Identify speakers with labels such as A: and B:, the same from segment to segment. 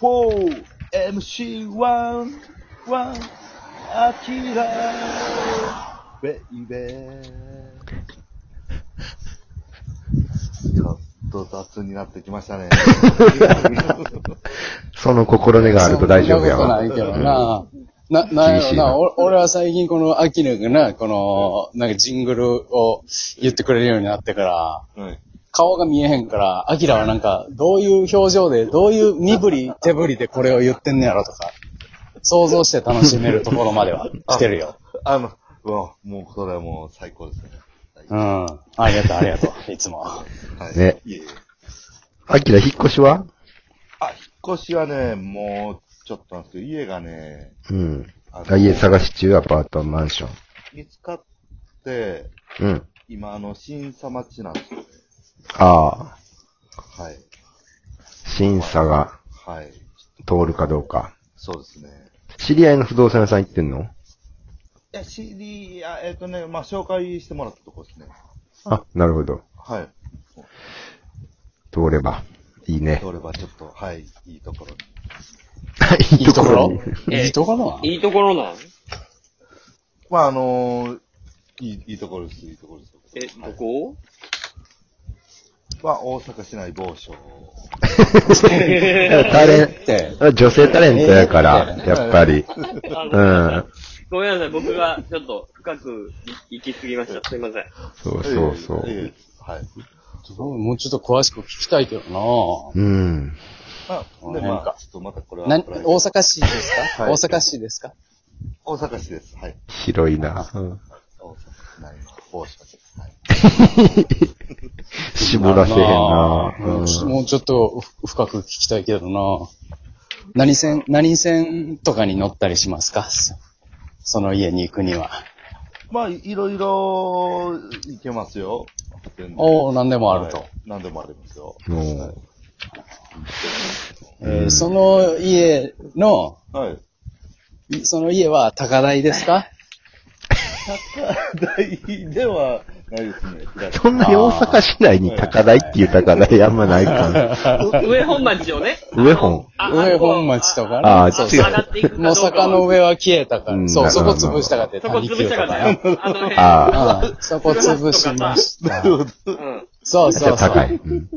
A: 4 MC1 1アキラベイベーちょっと雑になってきましたね。
B: その心根があると大丈夫や
C: そんな
B: わ。
C: ことないけどな。な、なんやろな。お俺は最近この秋のがな、この、なんかジングルを言ってくれるようになってから、
A: はい。
C: 顔が見えへんから、アキラはなんか、どういう表情で、どういう身振り、手振りでこれを言ってんねやろとか、想像して楽しめるところまでは来てるよ。
A: あの、うわもう、それはもう最高ですね。
C: うん。ありがとう、ありがとう。いつも。
A: はい。
B: ね
A: いえいえ
B: アキラ引っ越しは
A: あ、引っ越しはね、もう、ちょっとなんですけど、家がね、
B: うん。
A: あ
B: あ家探し中、アパート、マンション。
A: 見つかって、
B: うん。
A: 今、あの、審査待ちなんですよね。
B: ああ、
A: はい。
B: 審査が
A: はい。
B: 通るかどうか。
A: そうですね。
B: 知り合いの不動産屋さん行ってんの
A: いや、CD、あえっ、とね、まあ、紹介してもらったとこですね。
B: あ、なるほど。
A: はい。
B: 通れば。いいね。
A: 通ればちょっと、はい、いいところに。
C: いいところ
D: え
C: いいところ
D: いいところなん
A: まあ、あのーいい、いいところです、いいところです。
D: え、どこ
A: まあ、大阪市内某所。
B: いやタレン
C: って。
B: ト、女性タレントやから、
C: ええ
B: やっぱり。
D: あ
B: う
D: の、
B: ん。
D: ごめんなさい、僕がちょっと深く行き過ぎました。すいません。
B: そうそうそう
A: ええ。ええはい。
C: もうちょっと詳しく聞きたいけど
B: うん。
A: まあ、で、
C: なん
A: ま
C: か
A: あ、ちょっとまたこれは
C: な。な
A: プライベート
C: 大阪市ですか、
A: はい
C: 大阪市ですか
A: 大阪市です。はい。
B: 広いな。
A: 大阪市内の某所です。はい。
B: 絞らせへんな。
C: うんちょっと
B: うん
C: もうちょっとふ深く聞きたいけどな。何線、何線とかに乗ったりしますかそその家に行くには。
A: まあ、いいろいろ、いけますよ。全然
C: おお何でもあると。
A: はい何でもありますよ。
B: もう
C: えーその家の、
A: はい。
C: いその家は高台ですか
A: 高台ではないですね。
B: そんなに大阪市内に高台っていう高台あんまないから。
D: う 上本町をね。
B: 上本。
D: あ
C: 上本町とかね。
B: ああ
D: そう
B: 違う
D: 上がっていくかど
C: もう
D: う
C: 坂
D: か
C: の
D: を。
C: 上は消えたか
B: うん
C: ら。そう、
B: なる
C: そ
B: ほ
C: こ
B: ど
C: 潰したかって。
D: そこ潰したか
C: 谷
D: ら
C: 九
D: よ
C: と。
D: あの辺。
B: ああ。
C: よ。うん、そこ潰しました。
D: うん。
C: そう
B: じゃ
C: そ
B: あ
C: うそう。
B: 高い。うん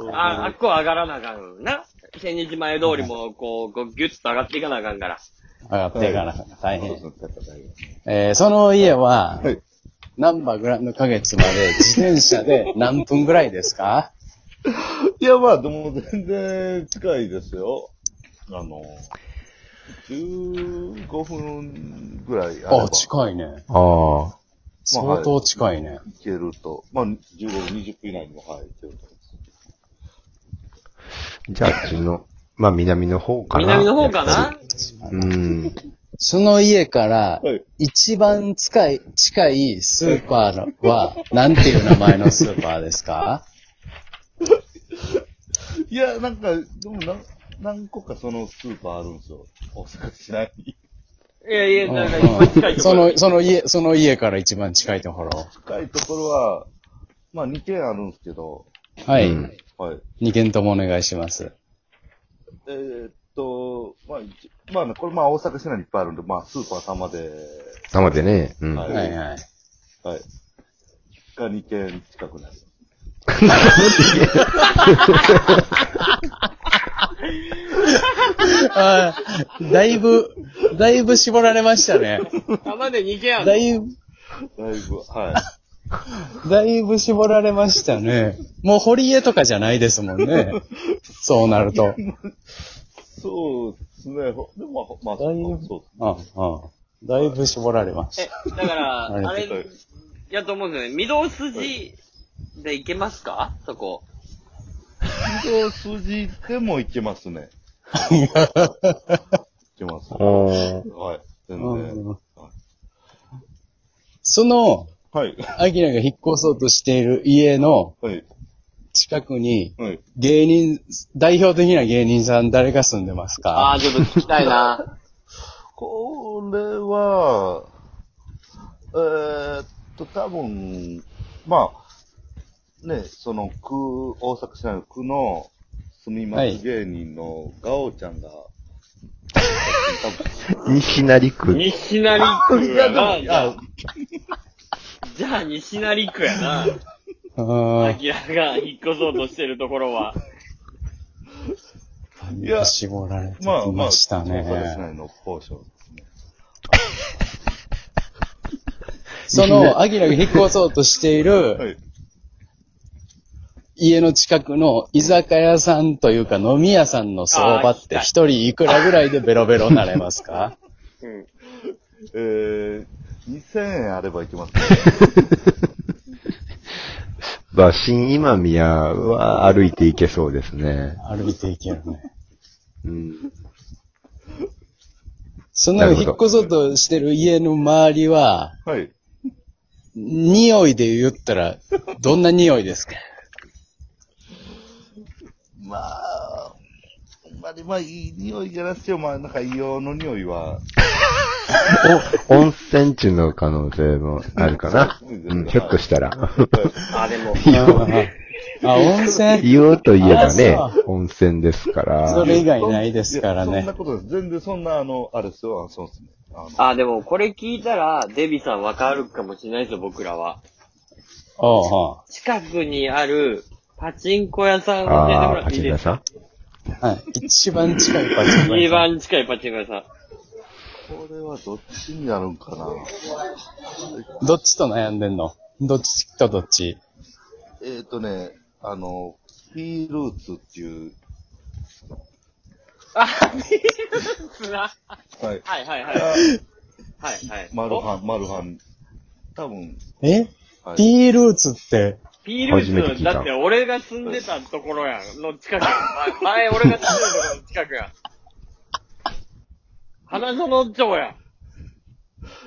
D: うん。あ、あっこ上がらなあかんな。千日前通りも、こう、こうギュッと上がっていかなあかんから。
C: 上がっていかなかった。大変。
A: そうですね高台ですね
C: えーその家は、
A: はい
C: 何波グランド花月まで自転車で何分ぐらいですか
A: いや、まあ、でも全然近いですよ。あの、15分ぐらいあれば
C: あ、近いね。
B: ああ。
C: 相当近いね。
A: いけると。まあ、15分、20分以内にも、はい、いけると思います。
B: じゃあ、あっちの、まあ南の方かな。
D: 南の方かな
B: うん。
C: その家から
A: はい、
C: 一番近い、近いスーパーのは、なんていう名前のスーパーですか
A: いや、なんか、でもなん何個かそのスーパーあるんですよ。大阪市内に。
D: いやいや、
C: う
D: なんか一番近い
C: ん
D: とこ
C: そ
D: ろ。
C: の、その家、その家から一番近いところ。
A: 近いところは、まあ2軒あるんですけど、
C: は
B: う
C: い。
B: ん
A: はい。
C: 二件ともお願いします。
A: えーっと、まあ、一まあね、これまあ大阪市内にいっぱいあるんで、まあスーパー玉で、
B: 生でね。うん。
A: はい
C: はいはい。
A: はい。が2軒近くなる。
C: あーだいぶ、だいぶ絞られましたね。
D: 玉で2軒ある
C: だいぶ、
A: だい ぶ、は
C: だいぶ絞られましたね。もう堀江とかじゃないですもんね。そうなると。
A: い。そうですね。ほでも、まあ、まあ、そうですね。
C: うんうん。だいぶ絞られまし
D: え、だか ら、
C: ありが
D: あれ、やと思うんですよね。御堂筋で行けますかそこ。
A: 一筋でもいけます ね。いけます。は
B: おー
A: い。
C: た。
A: 全然。
C: うんその、
A: はい。
C: アキラが引っ越そうとしている家の
A: はい。
C: 近くに、
A: はい。
C: 芸人、代表的な芸人さん誰が住んでます
D: あ
C: か
D: あ、ちょっと聞きた いな。
A: これは、えー、っと、多分、まあ、ね、その区、大阪市内の区の住みます芸人のガオちゃんが、
B: 西成区。
D: 西成区やな。じゃ
A: あ
D: あ、じゃあ西成区やな。
C: う
D: ア
C: ん。
D: キラが引っ越そうとしてるところは。
A: いや
C: 絞られてき
A: まあま
C: ま
A: あ、
C: したね。
A: そうですね、の交渉ですね。
C: その、アキラが引っ越そうとしてい
A: は
C: る
A: い。
C: 家の近くの居酒屋さんというか飲み屋さんの相場って一人いくらぐらいでベロベロなれますか
D: うん。
A: えー、2000円あればいけますね。
B: まあ、新今宮は歩いていけそうですね。
C: 歩いていけるね。
B: うん。
C: その
B: なるほど
C: 引っ越そうとしてる家の周りは、
A: はい。
C: 匂いで言ったら、どんな匂いですか
A: まあ、あんまりまあ、いい匂いじゃなくても、まあ、なんか硫黄の匂いは、
B: お、温泉地の可能性もあるかな。うん、ひょっとしたら。
D: あ、でも、
C: あ、温泉
B: 言おうといえばね
C: あ、
B: 温泉ですから。
C: それ以外ないですから
A: いやそん
C: ね
A: な。ことです。全然そんな、あの、あれですよ、あそうですね。あの、
D: あ、でもこれ聞いたら、デビさんわかるかもしれないですよ、僕らは。
C: おうお
D: 近くにある、パチンコ屋さんを教えても
B: ああ、
D: らっ
B: パ
D: てい
B: チ
D: い
B: ンコ
D: で
B: 屋
D: すか
B: さん
C: うはい。一番近いパチンコ
D: 一
C: 屋さん。
D: 番近いパチンコ屋さん。
A: これはどっちになるんかな。
C: どっちと悩んでんのどっちとどっち
A: えっ、ー、とね、あの、ピールーツっていう、
D: あ、ビールスな。
A: はい。
D: はいはいはい。
A: あ
D: はいはい。
A: マル
D: お
A: ハン、マルハン。多分、
C: え
A: はい。
C: ピールーツって、
D: ピール
B: 初めて聞
D: ス
B: いた
D: だって俺が住んでたところやん。の近くや ん。前前俺が住んでたところの近くやん。花園町や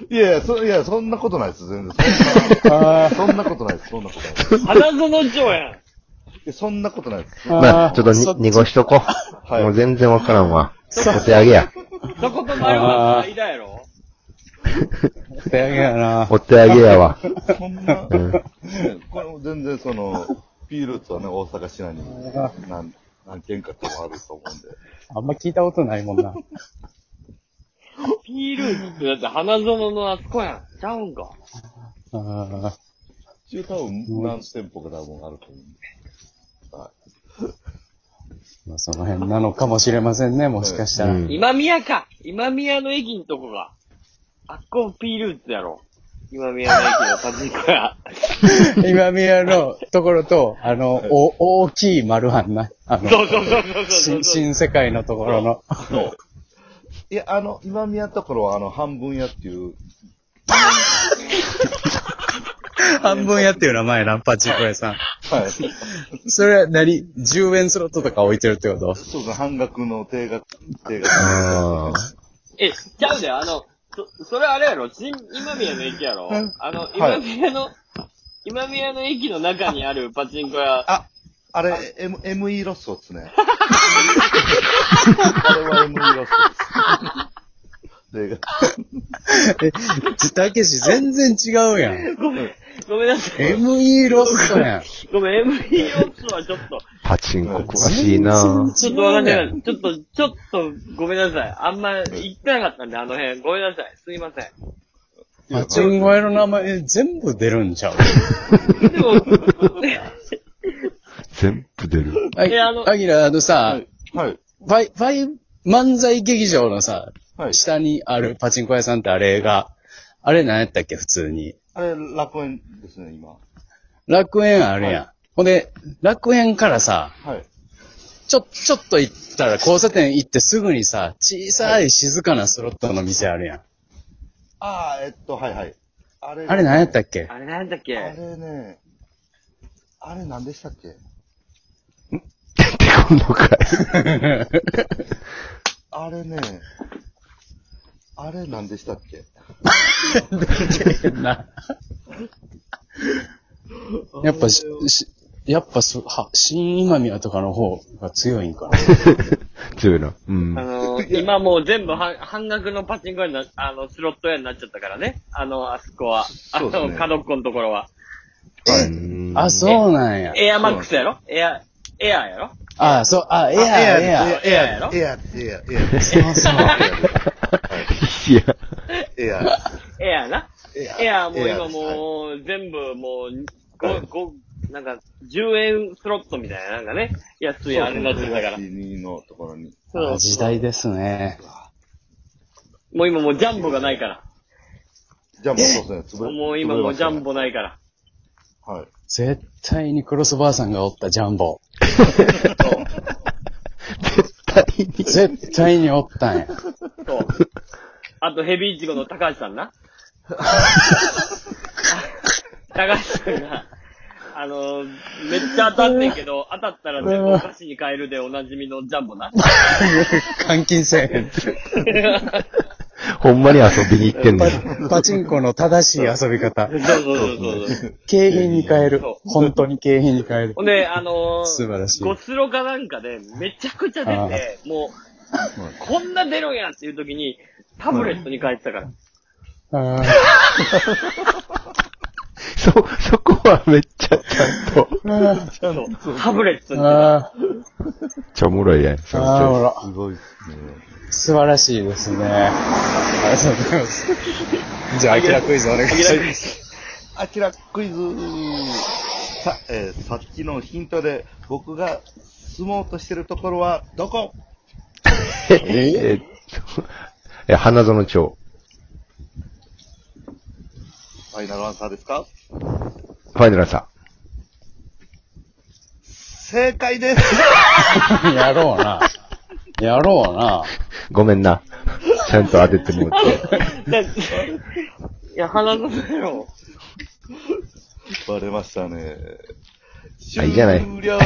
D: ん。
A: いやいや、そ、いや、そんなことないです、全然。
C: あー
A: そんなことないです、そんなことないです。
D: 花園町やん。
A: いやそんなことないです。
B: まあ、ちょっと
C: そ
B: に濁しとこう。
A: はい
B: もう全然わからんわ。
C: そ
B: お手上げや。
D: そこと前は間やろ
C: お手上げやな。
B: お手上げやわ。
A: そんな、
B: うん
A: ねこれも全然その、ピールーツはね、大阪市内に何、何軒かともあると思うんで。
C: あんま聞いたことないもんな。
D: ピールスってだって花園のあそこやん。ちゃうんか。
C: あ
A: 中多分何店舗か多分あると思うんで。はい
C: ーまあその辺なのかもしれませんね、もしかしたら。
B: うん
D: 今宮か。今宮の駅んとこが。あっこピールーツやろ。今宮の駅のパチンコ屋。
C: 今宮のところと、あの、お、大きい丸飯な。あの、
D: そうそうそうそうそ
C: 新、
D: う
C: 新世界のところの。
A: いや、あの、今宮ところはあの、半分屋っていう、
C: 半分屋っていう名前な、パチンコ屋さん。
A: はい。
C: それは何 ?10 円スロットとか置いてるってこと
A: そうか、半額の定額、定額。
B: あ
D: え、ちゃうで、あの、そ、それあれやろ、新今宮の駅やろ
A: うん
D: あの、
A: は
D: 今
A: い
D: 宮の、今宮の駅の中にあるパチンコ屋。
A: あ、あれ、M、ME ロッソっすね。あれは ME ロッソです。定額。
C: え、ちたけし全然違うやん。
D: ごめん、ごめんなさい。
C: ME ロストやん。
D: ごめん、ME オッズはちょっと、
B: ーパチンコ詳しいな
D: ちょっとわかんないちょっと、ちょっと、ごめんなさい。あんま、行ってなかったんで、あの辺。ごめんなさい。すいません。
C: パチンコ屋の名前全部出るんちゃう
D: でも、
B: 全部出る。
C: あ
D: えあの
C: アギラ、あの
A: は
C: さ、
A: い。はい。
C: ファイ、ファイ、漫才劇場のさ、
A: はい。
C: 下にあるパチンコ屋さんってあれが、あれ何やったっけ、普通に。
A: あれ、楽園ですね、今。
C: 楽園あるやん。ほんで、楽園からさ、
A: はい。
C: ちょ、ちょっと行ったら交差点行ってすぐにさ、小さい静かなスロットの店あるやん。
A: ああ、えっと、はいはい。あれ
C: あれ何やったっ け
D: あれなんだっ
A: あ
D: け
A: れね、あれ何でしたっけ
B: 出てこんのかい。
A: あれね、あれ何でしたっけ
C: なやっぱし、しやっぱそ、は、新今宮とかの方が強いんかな。
B: 強いな。うん
D: あ。の、今もう全部半半額のパチンコ屋にな、あの、スロット屋になっちゃったからね。あの、あそこは。あ
A: そうです
D: の、
A: ね
D: 角っこのところは。
B: うん
C: あ、そうなんや。
D: エアマックスやろエア、エアやろ
C: ああ、そう、あ、エア、エア。
D: エアやろ
A: エア、 エア、エア、
C: そうそう。
B: いや、
A: エア、
D: エアな。
A: エア。
D: エアもう今
A: はい
D: もう、全部もう、
A: はい
D: 5、ごなんか、10円スロットみたいな、なんかね、安いあれになってるだから。
A: 12のところに。
D: そう
C: あ時代ですね。
D: もう今もうジャンボがないから。
A: ジャンボそうですね。潰れ
D: もう今もうジャ
A: 潰
D: ン。
A: れ
D: ボないから。
A: ましたねはい。
C: 絶対にクロスバーさんがおったジャンボ。
B: 絶対に。
C: 絶対におったんや。
D: そう。あとヘビイチゴの高橋さんな。高橋さんが、あの、めっちゃ当たってんけど、当たったら全部お菓子に変えるでおなじみのジャンボな。
C: 監禁せえへん。
B: ほんまに遊びに行ってんのよ。
C: パパチンコの正しい遊び方。
D: そうそうそうそう。
C: 景品に変える
D: そ。
C: 本当に景品に変える
D: ほ。んで、あのー
C: 素晴らしい
D: ゴスロかなんかで、めちゃくちゃ出て、もう、こんな出るんやっていう時に、タブレットに変えてたから。
C: あ
B: そ、そこはめっちゃちゃんと。
C: ーあー
D: そうタブレットに。
C: あ
B: めっちゃおもろいやん。
C: ー、あーほら。
A: すごいっすね。
C: 素晴らしいですね。ありがとうございます。じゃあ、アキラクイズお願いします。
A: あきらクイズさ、えーさっきのヒントで、僕が住もうとしてるところはどこ
B: えっと、え、花園町。
A: ファイナルアンサーですか
B: ファイナルアンサ
A: 正解です
C: やろうな。やろうな。
B: ー。ごめんな。ちゃんと当ててもらって。
D: でいや、花の目の。
A: バレましたね。
B: あいいじゃない
A: 終了